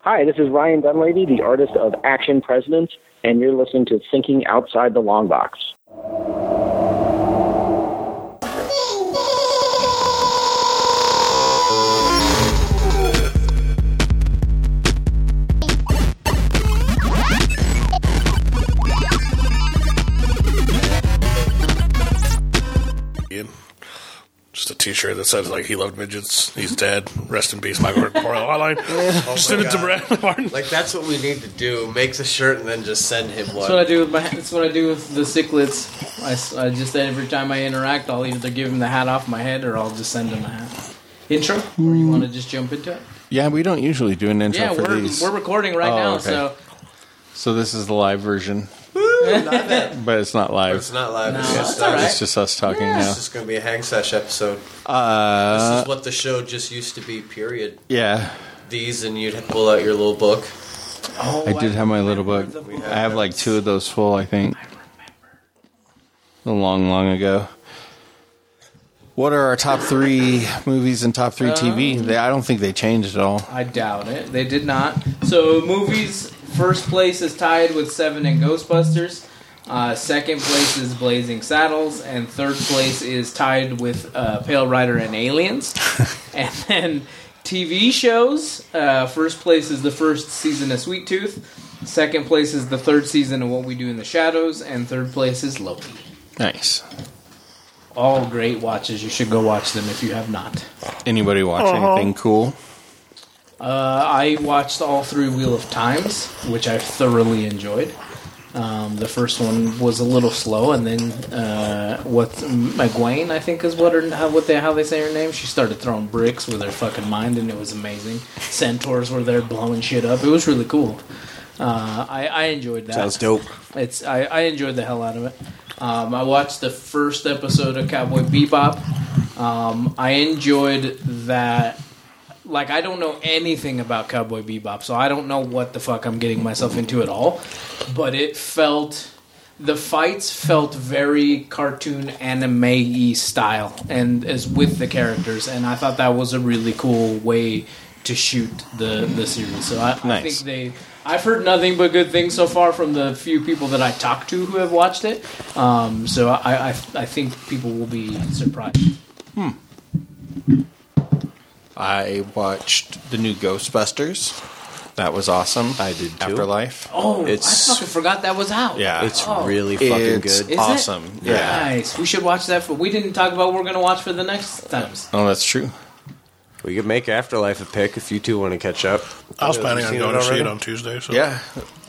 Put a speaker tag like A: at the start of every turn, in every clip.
A: Hi, this is Ryan Dunleavy, the artist of Action President, and you're listening to Thinking Outside the Long Box.
B: Ian. Just a T-shirt that says like he loved midgets. He's dead. Rest in peace, Michael Corleone. Hotline. just send it to Brad Martin.
C: Like that's what we need to do. Make the shirt and then just send him
D: That's what I
C: one.
D: do with my. That's what I do with the cichlids. I s- I, just every time I interact, I'll either give him the hat off my head or I'll just send him a hat. Intro, or you want to just jump into it?
E: Yeah, we don't usually do an intro
D: Yeah,
E: for
D: we're
E: these.
D: we're recording right
E: Oh,
D: now,
E: okay.
D: so
E: so this is the live version, but it's not live.
C: It's not live. it's
D: that's
C: just,
D: all right.
E: It's just us talking
C: It's just gonna be a hang sesh episode.
E: now. Uh,
C: this is what the show just used to be. Period.
E: yeah,
C: These and you'd pull out your little book.
D: oh,
E: I did have my little book.
D: remember the book.
E: I have like two of those full, I think. A long, long ago. What are our top three movies and top three TV? They, I don't think they changed at all.
D: I doubt it. They did not. So movies first place is tied with Seven and Ghostbusters. Uh, second place is Blazing Saddles, and third place is tied with uh, Pale Rider and Aliens. and then TV shows. Uh, first place is the first season of Sweet Tooth. Second place is the third season of What We Do in the Shadows, and third place is Loki.
E: Nice.
D: All great watches. You should go watch them if you have not.
E: Anybody watch anything cool?
D: Uh, I watched all three Wheel of Times, which I thoroughly enjoyed. Um, the first one was a little slow, and then uh, what McGuane, I think, is what her how, what they how they say her name. She started throwing bricks with her fucking mind, and it was amazing. Centaurs were there blowing shit up. It was really cool. Uh, I, I enjoyed that.
E: dope.
D: It's I, I enjoyed the hell out of it. Um, I watched the first episode of Cowboy Bebop. Um, I enjoyed that. Like I don't know anything about Cowboy Bebop, so I don't know what the fuck I'm getting myself into at all. But it felt the fights felt very cartoon anime y style and as with the characters and I thought that was a really cool way to shoot the, the series. So I, I
E: Nice.
D: think they I've heard nothing but good things so far from the few people that I talked to who have watched it. Um, so I, I I think people will be surprised.
E: I watched the new Ghostbusters. That was awesome.
C: I did too.
E: Afterlife.
D: Oh,
C: It's-
D: I fucking forgot that was out.
E: Yeah.
C: It's
D: Oh.
C: really fucking
E: It's-
C: good.
D: Is it?
E: Awesome. Yeah.
D: Nice. We should watch that for we didn't talk about what we're gonna watch for the next times.
E: Oh, that's true.
C: We could make Afterlife a pick if you two want to catch up.
B: I was
C: Yeah,
B: planning
C: you've
B: on
C: seen
B: going
C: it
B: to see it
C: already?
B: on Tuesday. So
E: Yeah.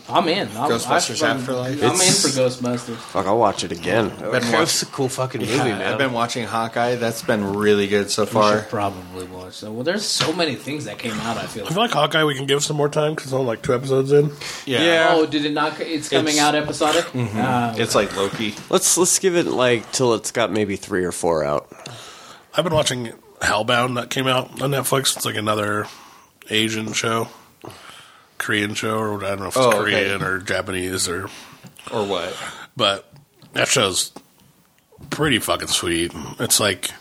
D: I'm in. I'm,
E: Ghostbusters
D: I'm-
E: Afterlife.
D: I'm
C: It's-
D: in for Ghostbusters.
C: Fuck, I'll watch it again.
E: been
C: It was a cool fucking movie, man.
E: I've been watching Hawkeye. That's been really good so
D: We
E: far.
D: should probably watch that. Well, there's so many things that came out. I feel
B: I
D: like.
B: feel like Hawkeye. We can give some more time because it's only like two episodes in.
C: Yeah.
D: Oh, did it not? It's coming
E: It's-
D: out
E: Mhm.
D: episodic. Uh,
E: It's like Loki.
C: Let's let's give it like till it's got maybe three or four out.
B: I've been watching Hellbound that came out on Netflix. It's like another Asian show, Korean show, or I don't know if it's
E: Oh, okay.
B: Korean or Japanese or
E: Or what?
B: but that show's pretty fucking sweet. It's like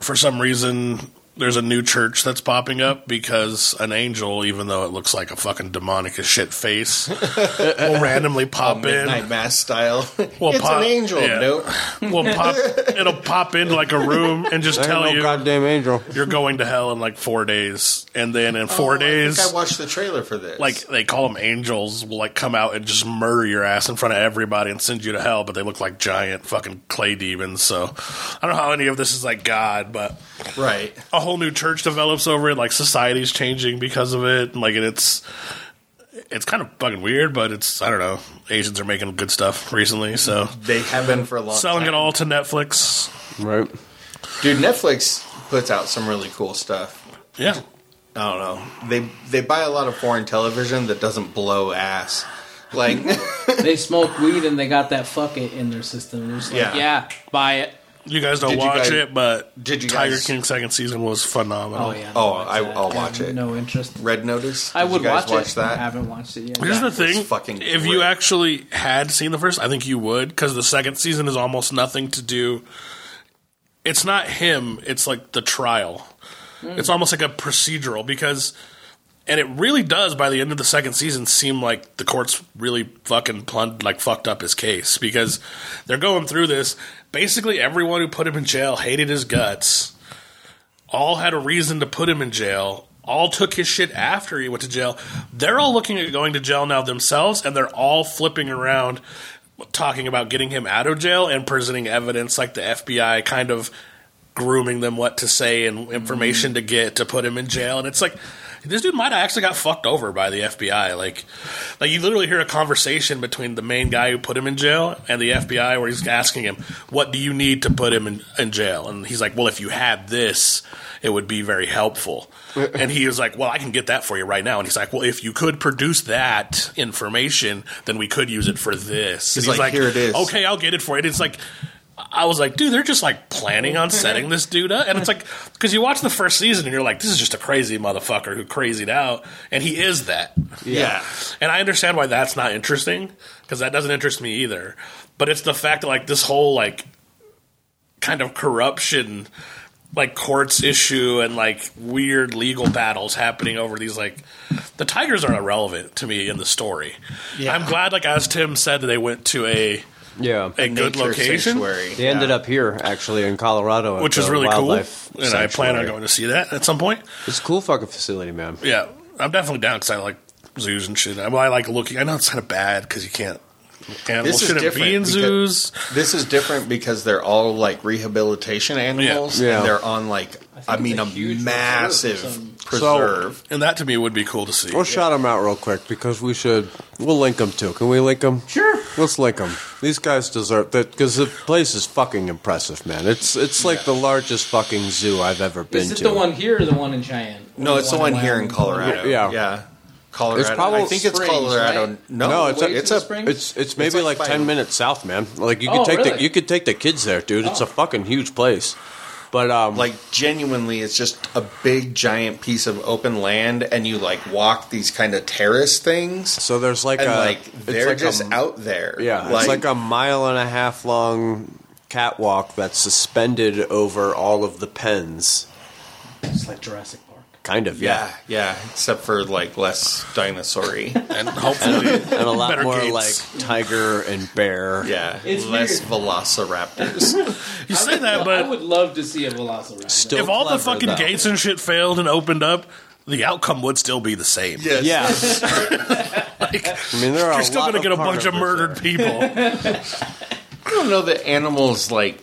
B: for some reason there's a new church that's popping up because an angel, even though it looks like a fucking demonic as shit face, will randomly pop in.
E: Midnight Mass style.
B: Well,
E: it's
B: pop-
E: an angel.
B: yeah.
E: Nope.
B: Will pop. It'll pop into like a room and just tell Oh, you
C: Oh, goddamn angel.
B: you're going to hell in like four days, and then in
E: Four
B: four days.
E: Oh, I, watched the trailer for this.
B: like they call them angels will like come out and just murder your ass in front of everybody and send you to hell but they look like giant fucking clay demons so i don't know how any of this is like god but
E: right.
B: a whole new church develops over it like society's changing because of it and, like and it's it's kind of fucking weird but it's i don't know asians are making good stuff recently so
E: They have been for a long
B: selling
E: time.
B: it all to netflix
C: Right.
E: Dude, Netflix puts out some really cool stuff.
B: yeah
E: I don't know. They they buy a lot of foreign television that doesn't blow ass. Like
D: they smoked weed and they got that fuck it in their system. They're just like,
E: Yeah.
D: yeah. buy it.
B: you guys don't
E: Did you
B: watch
E: guys-
B: it but
E: did you
B: tiger
E: guys-
B: king second season was phenomenal
D: Oh yeah.
E: Oh,
D: watch
E: I-
D: that.
E: I'll
D: I
E: watch
D: have
E: it.
D: No interest.
E: Red Notice.
D: I
E: Did
D: would
E: you guys
D: watch, it. I
E: that.
D: haven't watched it yet.
B: Here's the
E: That was
B: thing:
E: fucking
B: if you
E: great.
B: actually had seen the first, I think you would, because the second season is almost nothing to do. It's
E: Hmm.
B: not him; it's like the trial. It's almost like a procedural because And it really does by the end of the second season seem like the courts really fucking plund like fucked up his case because they're going through this. Basically everyone who put him in jail hated his guts. All had a reason to put him in jail. All took his shit after he went to jail. They're all looking at going to jail now themselves and they're all flipping around talking about getting him out of jail and presenting evidence like the FBI kind of grooming them what to say and information to get to put him in jail. And it's like this dude might have actually got fucked over by the FBI. Like, like you literally hear a conversation between the main guy who put him in jail and the FBI, where he's asking him, "What do you need to put him in, in jail?" And he's like, "Well, if you had this, it would be very helpful." and he was like, "Well, I can get that for you right now." And he's like, "Well, if you could produce that information, then we could use it for this."
E: He's
B: and
E: like, "Here it is."
B: Okay, I'll get it for you. And it's like. I was like, dude, they're just like planning on setting this dude up. And it's like, because you watch the first season and you're like, this is just a crazy motherfucker who crazied out. And he is that.
E: Yeah.
B: And I understand why that's not interesting because that doesn't interest me either. But it's the fact that, like, this whole, like, kind of corruption, like, courts issue and, like, weird legal battles happening over these, like, the Tigers are irrelevant to me in the story. I'm glad, like, as Tim said, they went to a.
C: Yeah.
B: A good location,
C: They ended up here, actually, in Colorado. at
B: which is
C: the
B: really cool. And
C: wildlife
B: I plan on
C: sanctuary.
B: going to see that at some point.
C: It's a cool fucking facility, man.
B: Yeah, I'm definitely down because I like zoos and shit. I, well, I like looking. I know it's kind of bad because you can't. Animals
E: This is
B: shouldn't
E: different
B: be in
E: because-
B: zoos.
E: This is different because they're all like rehabilitation animals.
C: Yeah.
E: And they're on like, I,
D: it's
E: mean,
D: a
E: a
D: huge reserve or
E: massive
D: something.
E: preserve.
B: And that to me would be cool to see.
C: We'll shout 'em shout them out real quick because we should. We'll link them too. Can we link them?
D: Sure.
C: Let's link them. These guys deserve that because the place is fucking impressive, man. It's it's like the largest fucking zoo I've ever been
D: Is it
C: to.
D: the one here or the one in Cheyenne?
E: no, it's the one here
D: Wyoming?
E: in Colorado.
C: Yeah.
E: Yeah. Colorado.
C: It's probably
E: I think it's
D: Springs,
E: Colorado.
D: right?
E: No,
C: No, it's
D: Way to
E: it's
D: the
E: a.
D: spring?
C: It's it's maybe
E: like
C: like,
E: by-
C: ten minutes south, man. Like you could
D: Oh,
C: take the
D: really?
C: you could take the kids there, dude. It's a
D: Oh.
C: fucking huge place. But um,
E: like genuinely it's just a big giant piece of open land and you like walk these kind of terrace things
C: so there's like
E: and
C: a
E: like
C: it's
E: they're
C: like a-
E: just out there
C: Yeah, it's like a mile and a half long catwalk that's suspended over all of the pens.
D: It's like Jurassic Park.
C: Kind of, yeah.
E: yeah yeah except for like less dinosaur-y
B: and hopefully,
C: and a lot
B: Better
C: more
B: gates.
C: like tiger and bear.
E: yeah
D: It's
E: less
D: weird.
E: velociraptors
B: you say
D: I
B: that, but
D: would love to see a Velociraptor.
C: Still
B: if all the
C: clever,
B: fucking
C: though.
B: gates and shit failed and opened up, the outcome would still be the same.
E: yes.
C: Yeah,
B: Like,
C: I mean, there are.
B: you're still
C: going
B: gonna
C: to
B: get a bunch of murdered people.
E: i don't know that animals like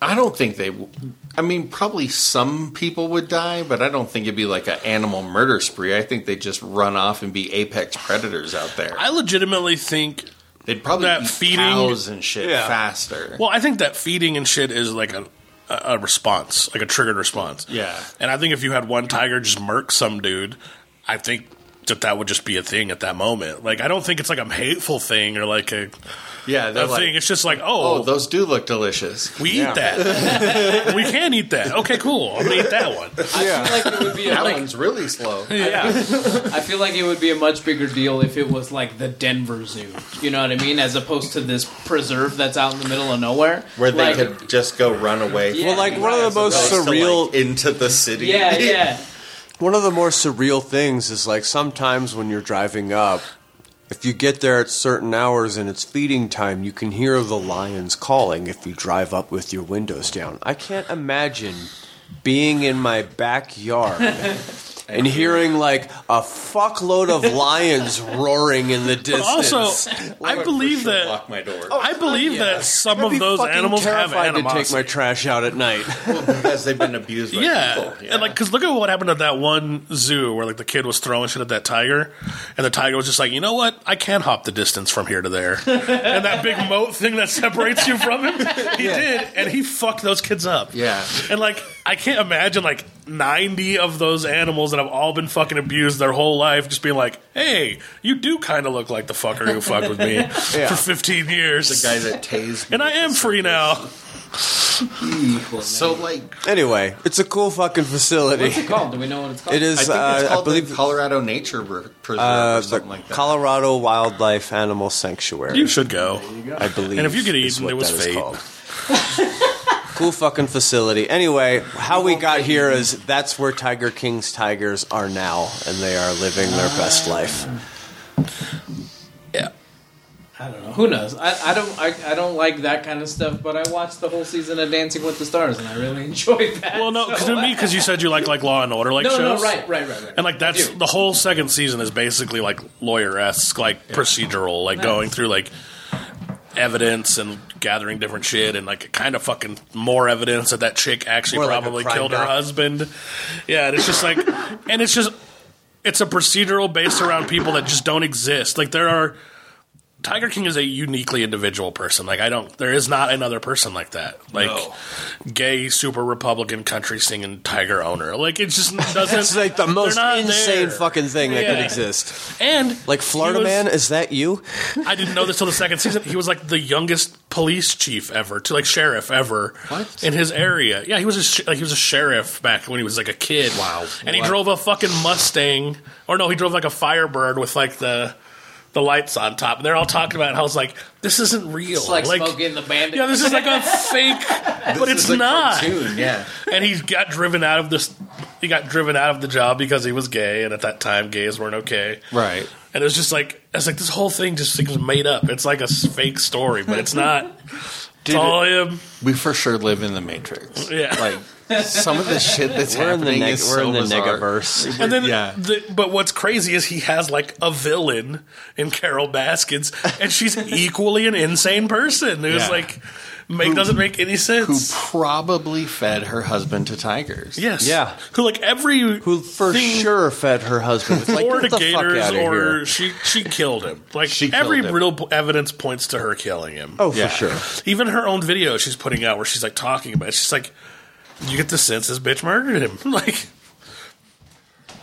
E: i don't think they w- i mean probably some people would die but i don't think it'd be like an animal murder spree i think they'd just run off and be apex predators out there
B: I legitimately think
E: they'd probably
B: that
E: eat
B: feeding-
E: cows and shit
C: Yeah.
E: faster
B: Well, I think that feeding and shit is like a a a response, like a triggered response.
E: Yeah.
B: And I think if you had one tiger just murk some dude, I think that that would just be a thing at that moment. Like I don't think it's like a hateful thing or like a,
E: yeah they're
B: a
E: like,
B: thing. It's just like,
E: Oh,
B: oh,
E: those do look delicious.
B: we eat that. we can eat that. Okay, cool. I'm gonna eat that one.
D: I feel like it would be a
E: That
D: like,
E: one's really slow.
B: Yeah.
D: I feel like it would be a much bigger deal if it was like the Denver Zoo. You know what I mean? As opposed to this preserve that's out in the middle of nowhere.
E: Where they
D: Like,
E: could just go run away.
D: Yeah.
C: Well, like one of the most
E: Goes to, like,
C: surreal
E: into the city.
D: Yeah, yeah.
C: One of the more surreal things is like sometimes when you're driving up, if you get there at certain hours and it's feeding time, you can hear the lions calling if you drive up with your windows down. I can't imagine being in my backyard and hearing like a fuckload of lions roaring in the
B: But
C: distance.
B: also, I believe
E: For sure
B: that
E: Lock my door.
B: I believe that some
C: I'd
B: of
C: be
B: those
C: fucking
B: animals have
C: terrified
B: animosity.
C: to take my trash out at night.
E: because they've been abused by
B: yeah.
E: people.
B: and like, because look at what happened at that one zoo where like the kid was throwing shit at that tiger, and the tiger was just like, you know what, I can hop the distance from here to there, and that big moat thing that separates you from him, he did, and he fucked those kids up.
E: Yeah.
B: and like, I can't imagine like ninety of those animals that have all been fucking abused their whole life, just being like, hey, you do kind of look like the fucker who fucked with me for fifteen years,
E: the guy that tased me
B: and I
E: with
B: am
E: the
B: free now.
E: circus. So like,
C: anyway, it's a cool fucking
D: What's
C: facility.
D: it called? Do we know what it's called?
C: It
E: I
C: is.
E: think
C: uh,
E: it's
C: I
E: called
C: believe
E: the Colorado Nature Re- Preserve
C: Uh,
E: or something
C: the
E: like that.
C: Colorado Wildlife Animal Sanctuary.
B: You should go.
C: I believe.
B: And if you get
C: is
B: eaten,
C: what
B: it was
C: that is
B: fate.
C: called. Cool fucking facility. Anyway, how we got here is that's where Tiger King's tigers are now, and they are living their best life.
B: Yeah.
D: I don't know. Who knows? I, I don't. I, I don't like that kind of stuff. But I watched the whole season of Dancing with the Stars, and I really enjoyed that.
B: Well, no,
D: so-
B: because me, because you said you like like Law and Order, like
D: no,
B: shows,
D: no, right, right, right, right.
B: And like that's
D: I do.
B: the whole second season is basically like lawyer esque, like procedural, like going through like evidence and gathering different shit, and like kind of fucking more evidence that that chick actually
C: More like a
B: probably
C: crime
B: killed her
C: doc.
B: husband. Yeah, and it's just like, and it's just it's a procedural based around people that just don't exist. Like there are. Tiger King is a uniquely individual person. Like I don't, there is not another person like that. Like
E: No.
B: gay super Republican country singing tiger owner. Like it just doesn't.
C: It's like the most
B: they're not
C: insane
B: there.
C: fucking thing that could
B: Yeah.
C: exist.
B: And
C: Like
B: he
C: Florida
B: was-
C: Man, is that you?
B: I didn't know this till the second season. He was like the youngest police chief ever, to like sheriff ever
E: What?
B: in his area. Yeah, he was a sh- like he was a sheriff back when he was like a kid.
E: Wow.
B: And he
E: What?
B: drove a fucking Mustang, or no, he drove like a Firebird with like the. The lights on top, and they're all talking about how it's like this isn't real.
D: It's like, smoking the bandit.
B: Yeah, this is like a fake, but
E: This
B: it's
E: is a
B: not.
E: Cartoon, yeah.
B: And he got driven out of this. He got driven out of the job because he was gay, and at that time, gays weren't okay.
E: Right.
B: And it was just like it's like this whole thing just seems made up. It's like a s- fake story, but it's not. it's all him.
E: We for sure live in the Matrix.
B: Yeah.
E: Like some of the shit that's
C: We're in the
E: happening
C: neg-
E: is
C: we're
E: so
C: in the
E: bizarre.
C: negaverse.
B: And then,
E: Yeah.
B: the, but what's crazy is he has like a villain in Carol Baskins, and she's equally an insane person. It was
E: Yeah.
B: like make doesn't make any
E: Who
B: sense.
E: probably fed her husband to tigers?
B: yes,
C: Yeah.
B: Who like every
C: Who for
B: thing-
C: sure fed her husband? It's like,
B: or
C: get
B: to
C: the fuck
B: Gators,
C: out of
B: or
C: here.
B: she she killed him. Like
E: She killed
B: every
E: him.
B: real p- evidence points to her killing him.
C: Oh, for
E: Yeah.
C: sure.
B: Even her own video she's putting out where she's like talking about it, she's like, you get the sense this bitch murdered him. Like,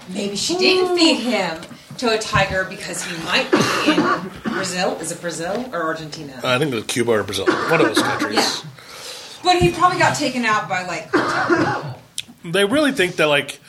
F: Maybe she did feed him to a tiger because he might be in Brazil. Is it Brazil or Argentina?
B: I think it was Cuba or Brazil, one of those countries.
F: but he probably got taken out by like.
B: They really think that like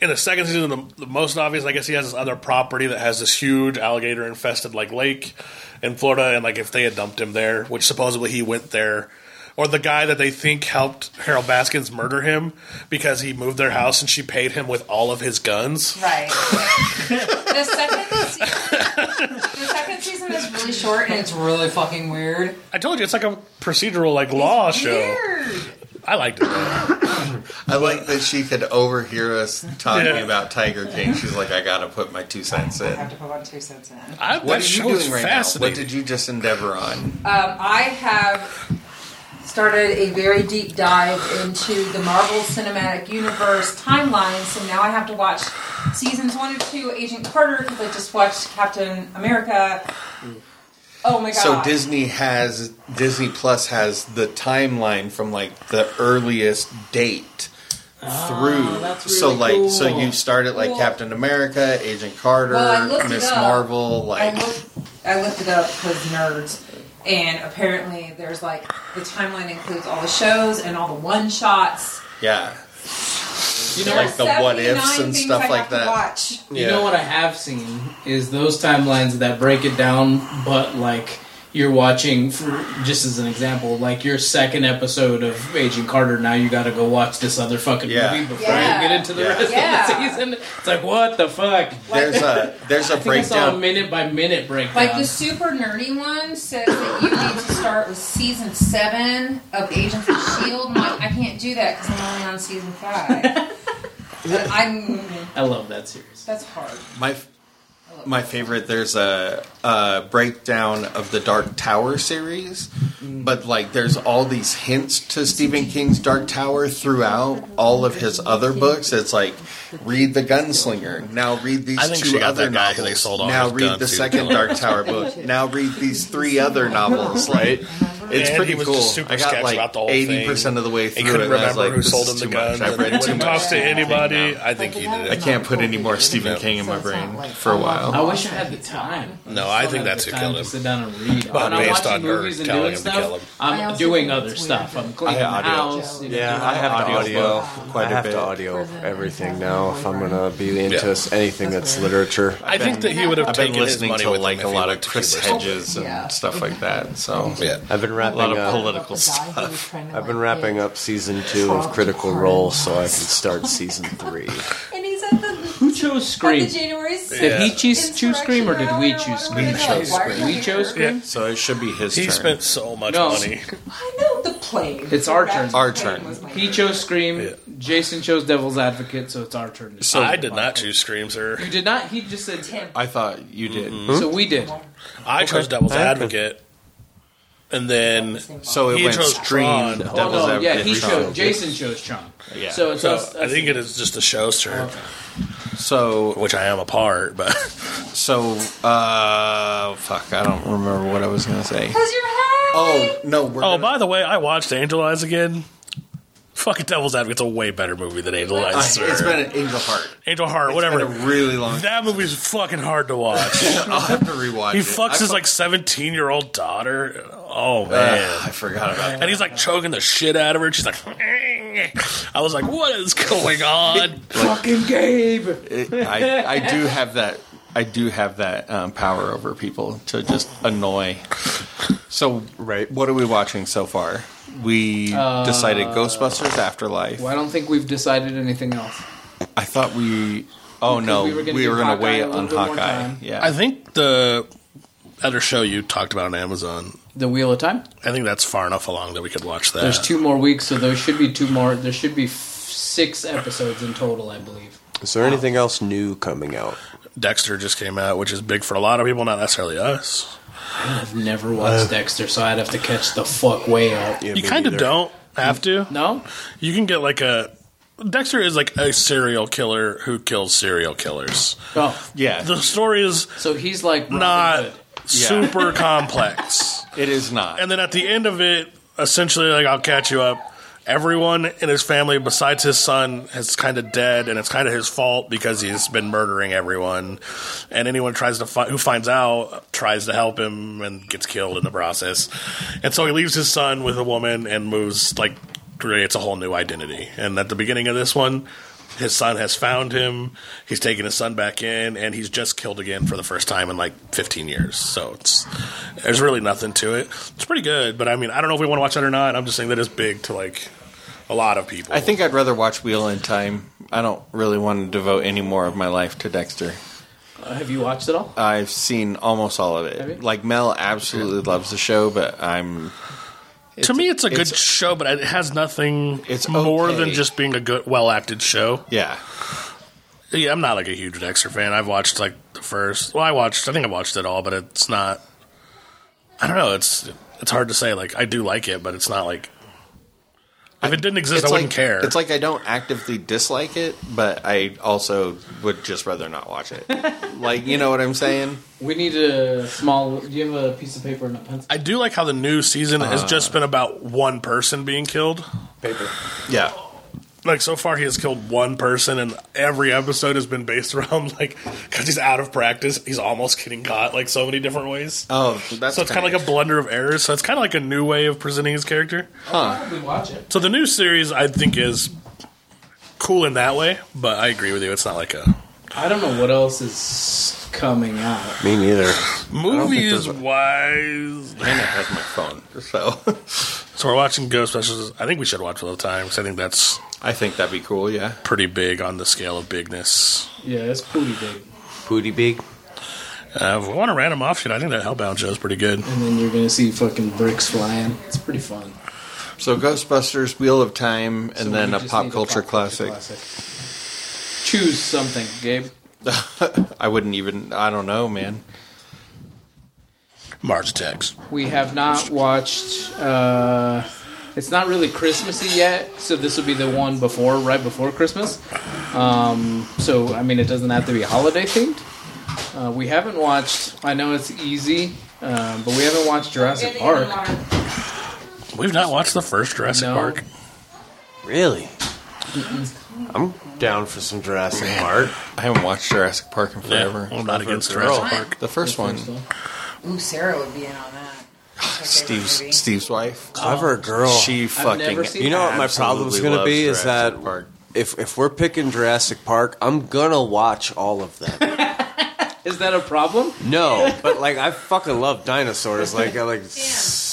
B: in the second season, the, the most obvious, I guess, he has this other property that has this huge alligator infested like lake in Florida, and like if they had dumped him there, which supposedly he went there. Or the guy that they think helped Harold Baskins murder him because he moved their house and she paid him with all of his guns.
F: Right. the second season, the second season is really short and it's really fucking weird.
B: I told you it's like a procedural like law show.
F: Weird.
B: I liked it. though.
E: I like that she could overhear us talking
B: Yeah.
E: about Tiger King. She's like, I gotta put my two cents
F: I
E: in.
F: have to put on two cents in. Um,
B: I,
E: What
B: that
E: are you
B: show is
E: doing right now? What
B: fascinating.
E: did you just endeavor on?
F: Um, I have started a very deep dive into the Marvel Cinematic Universe timeline, so now I have to watch seasons one and two, Agent Carter, because I just watched Captain America. Oh my god!
E: So Disney has Disney Plus has the timeline from like the earliest date through.
D: that's
E: so
D: really
E: like so
D: cool.
E: you start at like
F: Ah, Cool.
E: Captain America, Agent Carter,
F: Well, I looked it
E: Miss
F: up.
E: Marvel,
F: I
E: like
F: looked, I looked it up because nerds, and apparently there's like the timeline includes all the shows and all the one shots.
E: yeah.
D: you know,
F: There
E: like
F: are
E: the what
F: 79
E: ifs and
F: things
E: stuff
F: I
E: like
F: have to
E: that.
F: watch.
D: You know what I have seen is those timelines that break it down, but like you're watching, for, just as an example, like your second episode of Agent Carter. Now you got to go watch this other fucking
E: Yeah.
D: movie before
F: Yeah.
D: you get into the
E: Yeah.
D: rest of the
F: Yeah.
D: season. It's like what the fuck.
E: There's a there's a
D: I think I saw a
E: breakdown.
D: minute by minute breakdown.
F: Like the super nerdy one says that you need to start with season seven of Agents of Shield. I'm like, I can't do that because I'm only on season five. But I'm
D: I love that series.
F: that's hard.
E: My my favorite. There's a, a breakdown of the Dark Tower series, but like there's all these hints to Stephen King's Dark Tower throughout all of his other books. It's like read the Gunslinger. Now read these
B: I think
E: two
B: she got
E: other
B: that guy
E: novels.
B: 'cause they sold all
E: now
B: his
E: read
B: guns
E: the
B: to
E: second
B: kill
E: Dark Tower book. Now read these three other novels. Like it's
B: And
E: pretty
B: he was
E: cool.
B: just super
E: I got
B: sketched
E: like
B: about the whole thing.
E: eighty percent of the way through
B: He couldn't
E: it. and I
B: remember
E: was like,
B: who
E: this
B: sold
E: is
B: him the
E: too much.
B: guns.
E: I've
B: and
E: read too
B: wouldn't
E: much.
B: talk to anybody. I think he did
E: I
B: it.
E: can't put any more Stephen King in my brain for a while.
D: I wish I had the time.
B: No,
D: still
B: I think
D: have
B: that's
D: the
B: who
D: time
B: killed
D: to
B: him.
D: Sit down and read.
B: But
D: when I'm
B: based
D: watching
B: on her
D: movies and
B: telling
D: doing
B: him to
D: stuff,
B: kill him.
F: I
D: I'm
F: also
D: doing
F: think
D: other
F: it's
D: stuff.
F: weird.
D: I'm cleaning
E: I
D: the
E: audio.
D: house. you know,
C: Yeah,
D: doing
C: I have to
D: all that
C: audio.
D: stuff.
E: quite
C: I
E: a
C: have
E: bit.
C: to audio everything now if I'm gonna be into
B: Yeah.
C: anything that's literature.
B: I think that he would have
E: I've been
B: taken his
E: listening
B: money
E: to
B: with
E: like
B: him
E: a
B: if he
E: lot of
B: went to
E: Chris
B: Cuba.
E: Hedges and
F: Yeah.
E: stuff like that. So
B: Yeah.
C: I've been wrapping
E: lot of
C: up.
E: political stuff.
F: I've
C: I've been wrapping up season two of Critical Role, so I can start season three.
F: And he's at the,
D: Who chose
F: at
D: Scream?
F: the January 6th.
D: Did he choose,
F: Insurrection
D: choose Scream or did we
F: rally or
D: choose
F: whatever
D: Scream?
F: it is. Why are you
D: We
F: here?
D: chose Scream?
E: So it should be his
B: He
E: turn.
B: spent so much
D: No.
B: money.
F: I know the plane.
D: It's our
F: The
D: turn.
F: rat's
E: Our
F: plane
E: turn.
F: was my
D: He chose Scream.
B: Yeah.
D: Jason chose Devil's Advocate, so it's our turn. to
B: So
D: choose
B: I
D: the
B: did not
D: podcast.
B: choose Scream, sir.
D: You did not? He just said
F: Tim.
E: I thought you did.
B: Mm-hmm.
D: So we did.
B: I chose Devil's
C: Okay.
B: Advocate, and then
E: So it
B: He
E: went
B: chose
E: stream.
B: Tron. Oh,
D: Oh,
E: Devil's
D: no, yeah,
E: Advocate,
D: he
E: Tron.
D: chose. Jason chose Chong.
E: Yeah.
D: So it's
B: so
D: us.
B: I think it is just the show's turn,
E: So
B: which I am a part. But
E: so uh fuck, I don't remember what I was gonna say.
F: Because you're happy.
E: Oh no, we're
B: oh,
E: gonna-
B: by the way, I watched Angel Eyes again. Fucking Devil's Advocate's a way better movie than Angel
E: I-
B: Eyes.
E: it's
B: sir.
E: been an Angel Heart.
B: Angel Heart,
E: It's
B: whatever.
E: been a really long.
B: That movie's fucking hard to watch.
E: I'll have to rewatch.
B: He
E: it.
B: fucks
E: I
B: his
E: fu-
B: like seventeen year old daughter. Oh man.
E: Ugh, Uh, I forgot about
B: and
E: that.
B: he's like choking the shit out of her, and she's like, I was like, what is going on?
D: fucking Gabe.
E: I, I do have that. I do have that um, power over people to just annoy. So
C: Right.
E: what are we watching so far? We
D: Uh,
E: decided Ghostbusters Afterlife.
D: Well, I don't think we've decided anything else.
E: I thought we. Oh no,
D: we
E: we
D: were
E: were
D: gonna give
E: going to
D: Hawkeye
E: wait
D: a little
E: on
D: bit more
E: Hawkeye.
D: time.
E: Yeah,
B: I think the other show you talked about on Amazon,
D: The Wheel of Time.
B: I think that's far enough along that we could watch that.
D: There's two more weeks, so there should be two more. There should be f- six episodes in total, I believe.
C: Is there anything else new coming out?
B: Dexter just came out, which is big for a lot of people, not necessarily us.
D: I've never watched Dexter, so I'd have to catch the fuck way out.
C: Yeah,
B: You
C: me
B: kind of
C: neither.
B: don't have to.
D: No,
B: You can get like a. Dexter is like a serial killer who kills serial killers.
D: oh,
E: yeah.
B: The story is
D: so he's like Robin
B: not
D: Hood.
B: super complex.
E: it is not.
B: And then at the end of it, essentially, like I'll catch you up. Everyone in his family, besides his son, is kind of dead, and it's kind of his fault because he's been murdering everyone. And anyone tries to fi- who finds out tries to help him and gets killed in the process. And so he leaves his son with a woman and moves like creates a whole new identity. And at the beginning of this one, his son has found him. He's taken his son back in, and he's just killed again for the first time in like 15 years. So it's there's really nothing to it. It's pretty good, but I mean, I don't know if we want to watch that or not. I'm just saying that it's big to like a lot of people.
E: I think I'd rather watch Wheel in Time. I don't really want to devote any more of my life to Dexter.
D: Uh, have you watched it all?
E: I've seen almost all of
D: Have you?
E: it. Like Mel absolutely loves the show, but I'm
B: to me, it's a good
E: it's-
B: show, but it has nothing.
E: It's
B: more
E: okay.
B: than just being a good, well acted show.
E: yeah.
B: Yeah, I'm not like a huge Dexter fan. I've watched like the first. Well, I watched. I think I watched it all, but it's not. I don't know. It's it's hard to say. Like I do like it, but it's not like if it didn't exist, I wouldn't
E: like,
B: care.
E: It's like I don't actively dislike it, but I also would just rather not watch it. like you know what I'm saying?
D: We need a small. Do you have a piece of paper and a pencil?
B: I do like how the new season has
E: Uh.
B: just been about one person being killed.
E: Yeah.
B: Like so far, he has killed one person, and every episode has been based around like because he's out of practice, he's almost getting caught like so many different ways.
E: Oh, that's
B: so it's kind of like a blunder of errors. So it's kind of like a new way of presenting his character.
D: Probably watch it.
B: So the new series, I think, is cool in that way. But I agree with you; it's not like a
D: I don't know what else is coming out.
C: Me neither.
B: movies
C: there's a-
B: wise.
E: Hannah has my phone, so
B: So we're watching Ghostbusters. I think we should watch Love Time because I think that's
E: I think that'd be cool. Yeah.
B: pretty big on the scale of bigness.
D: Yeah, it's pretty big.
C: Pooty Big.
B: Uh, if we want to random off shit, I think that Hellbound show's pretty good.
D: And then you're gonna see fucking bricks flying. It's pretty fun.
E: So Ghostbusters, Wheel of Time, and
D: So
E: then
D: we
E: a
D: just
E: pop
D: need
E: culture classic.
D: classic. Choose something, Gabe.
E: I wouldn't even. I don't know, man.
B: Mars Attacks.
D: We have not watched. Uh, it's not really Christmassy yet, so this will be the one before, right before Christmas. Um, so I mean, it doesn't have to be holiday themed. Uh, we haven't watched. I know it's easy, um, but we haven't watched Jurassic
F: Getting in the
D: Park.
F: water.
B: We've not watched the first Jurassic
D: No.
B: Park.
C: Really? I'm down for some Jurassic Park.
E: I haven't watched Jurassic Park in forever.
B: I'm not against
C: Girl.
B: Jurassic Park.
E: The first one,
F: Ooh, Sarah would be in on that.
E: Steve's Steve's wife.
C: Clever girl.
E: She fucking.
D: never seen
C: you know what my problem's going to be is that if if we're picking Jurassic Park, I'm gonna watch all of them.
D: Is that a problem?
C: no, but like I fucking love dinosaurs. Like I like.
F: Damn.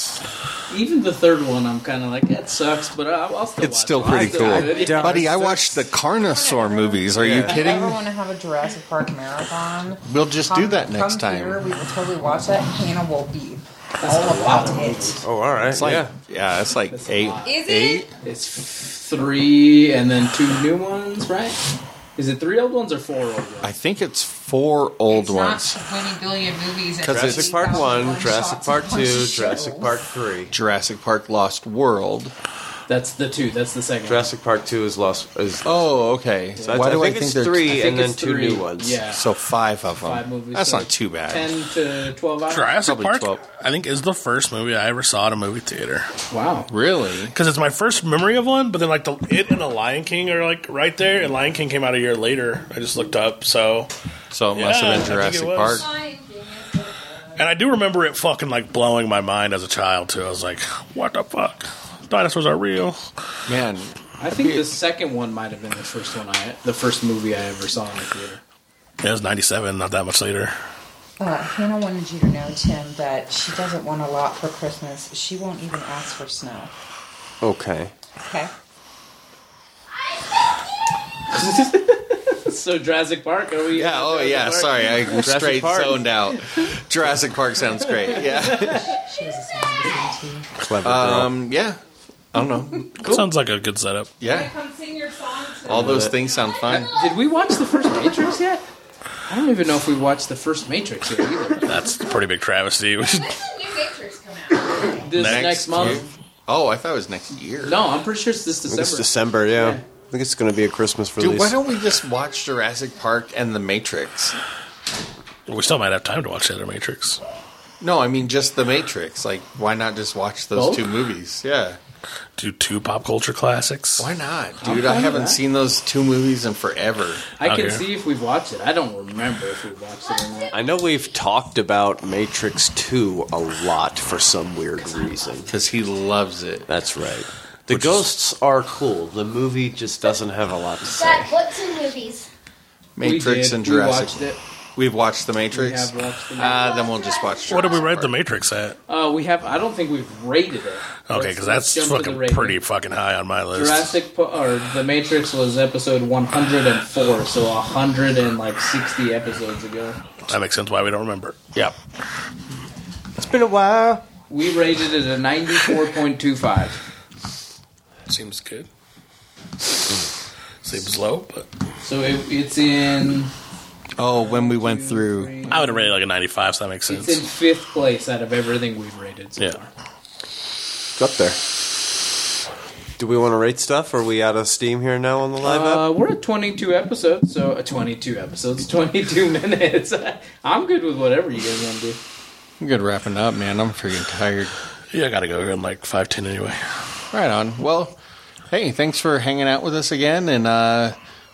D: Even the third one, I'm kind of like, that sucks, but I- I'll still.
E: It's
D: watch
E: still
D: it.
E: pretty
D: It's
E: cool.
D: good.
G: I-
E: Buddy, I watched the Carnosaur movies. Are you
G: I
E: kidding?
G: ever want to have a Jurassic Park marathon.
E: We'll just do
G: Come-
E: that next
G: come
E: time.
G: Here, we will totally watch that. Hannah will be all about it.
C: Oh, all right.
E: It's like,
C: yeah.
E: yeah. it's like eight.
F: Is it?
E: Eight?
D: It's f- three and then two new ones, right? Is it three old ones or four old ones?
E: I think it's four old
F: It's
E: ones.
F: not 20 billion movies. and
C: Jurassic Park
F: 80,000
C: One, Jurassic
F: shots
C: Part
F: in one
C: Two,
F: show.
C: Jurassic Park Three.
E: Jurassic Park Lost World.
D: That's the two. That's the second.
C: Jurassic Park Two is lost. Is
E: Oh, okay.
C: So I, I think it's
E: they're-
C: three,
D: I think
C: and then
D: it's
C: two
D: three.
C: new ones.
D: Yeah.
E: So five of them.
D: Five movies.
E: That's
D: so
E: not too bad.
D: Ten to twelve hours.
B: Jurassic
E: Probably
B: Park,
E: 12.
B: I think, is the first movie I ever saw at a movie theater
D: Wow.
E: Really?
B: because it's my first memory of one. But then, like the it and the Lion King are like right there, and Lion King came out a year later. I just looked up, so
E: So it must
B: Yeah,
E: have
B: I
E: been
B: think it
E: Jurassic Park.
B: was. and I do remember it fucking like blowing my mind as a child too. I was like, what the fuck? Dinosaurs are real.
E: Man,
D: I think the second one might have been the first one I, the first movie I ever saw in the theater.
B: Yeah, it was '97, not that much later.
G: Uh, Hannah wanted you to know, Tim, that she doesn't want a lot for Christmas. She won't even ask for snow.
C: Okay.
G: Okay.
D: So Jurassic Park. Are we?
E: yeah, oh yeah, sorry, I straight
C: Park.
E: zoned out. Jurassic Park sounds great. Yeah,
G: She has a song to sing to you.
C: Clever girl.
E: um, yeah. I don't know.
B: Sounds like a good setup.
E: Yeah,
F: Come sing your song to
E: all those things sound fun.
D: Did we watch the first Matrix yet? I don't even know if we watched the first Matrix yet either.
B: That's a pretty big travesty. We should
F: When's the new Matrix come out?
D: This
B: Next
D: next, month.
E: Oh, I thought it was next year.
D: No, I'm pretty sure it's this
C: I think
D: December.
C: it's December. Yeah.
D: Yeah.
C: I think it's going to be a Christmas release.
E: Dude, why don't we just watch Jurassic Park and The Matrix?
B: We still might have time to watch the other Matrix.
E: No, I mean just The Matrix. Like, why not just watch those
D: Both?
E: two movies? Yeah,
B: Do two pop culture classics.
E: why not, dude?
D: fine
E: I
D: with
E: haven't
D: that.
E: seen those two movies in forever.
D: I
B: Out
D: can
B: here.
D: see if we've watched it. I don't remember if we watched it or not.
C: I know we've talked about Matrix 2 a lot for some weird reason.
E: Because he loves it.
C: That's right. The ghosts are cool. The movie just doesn't have a lot to say.
H: Dad, what two movies?
D: we
E: Matrix
D: did.
E: and
D: We
E: Jurassic.
D: watched it.
E: We've watched The
D: We
E: Matrix.
D: have watched it.
E: Uh, then we'll just watch.
B: What did we
E: Jurassic
B: rate the
E: Park.
B: Matrix at?
D: Uh, we have. I don't think we've rated it.
B: Okay,
D: Let's-
B: because that's
D: let's jump to the
B: fucking
D: rating.
B: pretty fucking high on my list.
D: Jurassic po- or The Matrix was episode 104, so 100 and like 60 episodes ago.
B: That makes sense why we don't remember.
C: Yep. It's been a while.
D: We rated it a 94.25.
B: Seems good. Seems low, but
D: So it, it's in
E: Oh, when we went through.
B: I would have rated like a 95, so that makes
D: it's in
B: sense.
D: fifth place out of everything we've rated so
B: Yeah.
D: far.
C: It's up there. Do we want to rate stuff? Are we out of steam here now on the live up?
D: Uh, we're at 22 episodes, so uh, 22 episodes, 22 minutes. I'm good with whatever you guys want to do.
E: I'm good wrapping up, man. I'm freaking tired.
B: Yeah, I gotta go in like 5'10 anyway.
E: Right on. Well, hey, thanks for hanging out with us again, and uh,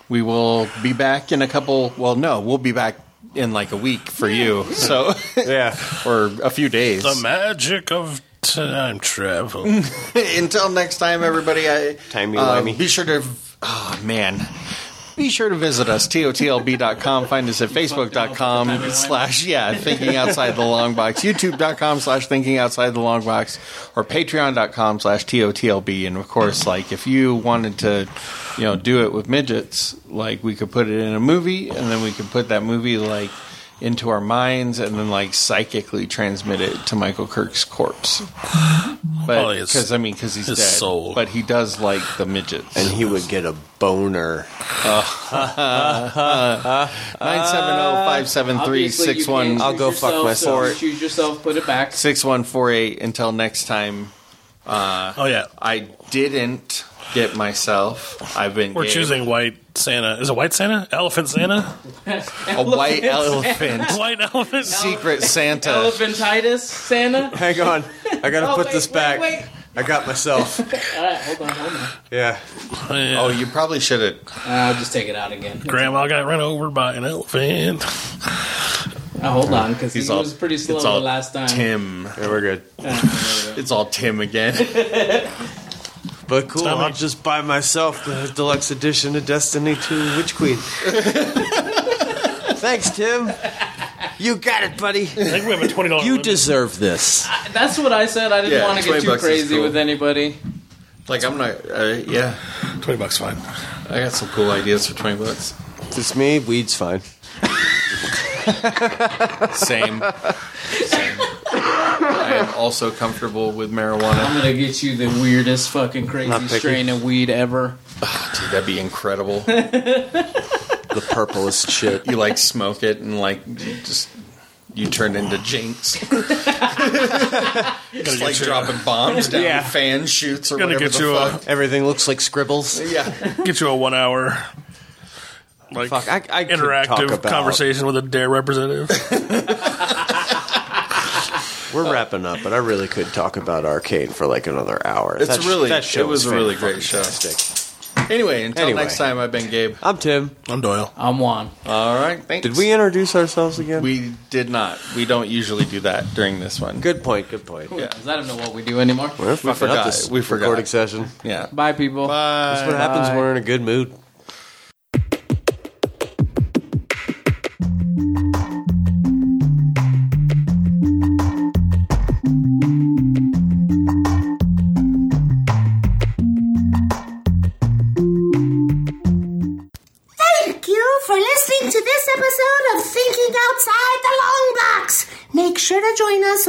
E: we will be back in a couple. Well, no, we'll be back in like a week for you. So,
C: yeah.
E: or a few days.
B: The magic of time travel.
E: Until next time, everybody. I,
C: Timey-wimey.
E: um, be sure to. Oh man. Be sure to visit us, totlb.com. Find us at facebook.com slash, yeah, thinking outside the long box, youtube.com slash thinking outside the long box, or patreon.com slash totlb. And of course, like, if you wanted to, you know, do it with midgets, like, we could put it in a movie, and then we could put that movie, like, into our minds, and then, like, psychically transmit it to Michael Kirk's corpse.
B: Probably
E: But,
B: his-
E: because, I mean, because he's
B: his
E: dead.
B: soul.
E: But he does like the midgets.
C: And he would get a boner.
E: oh, 970
C: I'll go fuck myself.
D: Choose yourself, put it back.
E: 6148 until next time
B: Oh, yeah.
E: i didn't get myself i've been
B: We're
E: gay.
B: choosing white Santa. Is it white Santa? Elephant Santa?
E: a white elephant
B: White elephant?
E: secret santa
D: Elephantitis, Santa.
C: Hang on. I got to
D: Oh,
C: put
D: wait,
C: this
D: wait,
C: back.
D: wait.
C: I got myself.
D: All right, hold on, hold on.
C: Yeah.
B: Yeah.
E: oh you probably should have
D: I'll just take it out again.
B: Grandma got run over by an elephant.
D: Uh, hold on, because he
E: He's all-
D: was pretty slow
E: it's all
D: the last time.
E: tim
C: Yeah, we're good.
E: it's all tim again
C: But cool,
B: Tommy.
C: I'll just buy myself the deluxe edition of Destiny 2 Witch Queen. Thanks, Tim. You got it, buddy.
B: I think we have a twenty dollars.
H: You deserve this.
D: That's what I said. I didn't
E: Yeah,
D: want to
E: 20
D: get too
E: bucks is
D: crazy
E: cool.
D: with anybody.
E: Like I'm not. Uh, yeah,
B: twenty bucks fine.
E: I got some cool ideas for twenty bucks.
C: If it's me, weed's fine.
E: Same. Same. I am also comfortable with marijuana.
D: I'm gonna get you the weirdest fucking crazy
C: picky.
D: strain of weed ever.
E: Dude, that'd be incredible.
C: The purplest shit.
E: You like smoke it and like just you turn into Jinx.
B: Gotta
E: It's
B: get
E: like
B: you-
E: dropping bombs down
D: Yeah.
E: fan shoots or
B: Gotta
E: whatever
B: get
E: the
B: you
E: fuck.
B: a
C: Everything looks like scribbles.
E: yeah.
B: get you a one hour like
C: Fuck, I- I could
B: interactive
C: talk about-
B: conversation with a Dare representative.
C: We're wrapping up, but I really could talk about Arcane for like another hour.
E: It's
C: sh-
E: really-
C: that show
E: it was a really great
C: fantastic.
E: Anyway, until
C: Anyway.
E: next time, I've been Gabe.
C: I'm Tim.
B: I'm Doyle.
D: I'm Juan.
E: All right, thanks.
C: Did we introduce ourselves again?
E: We did not. We don't usually do that during this one.
C: good point. Good point.
E: Yeah.
D: 'Cause I don't know what we do anymore.
C: We're fucking
E: forgot.
C: up this
E: We forgot.
C: recording session.
E: Yeah.
D: Bye, people.
E: Bye.
C: That's what happens
D: Bye.
C: when we're in a good mood.
I: Thank you for listening to this episode of Thinking Outside the Long Box. Make sure to join us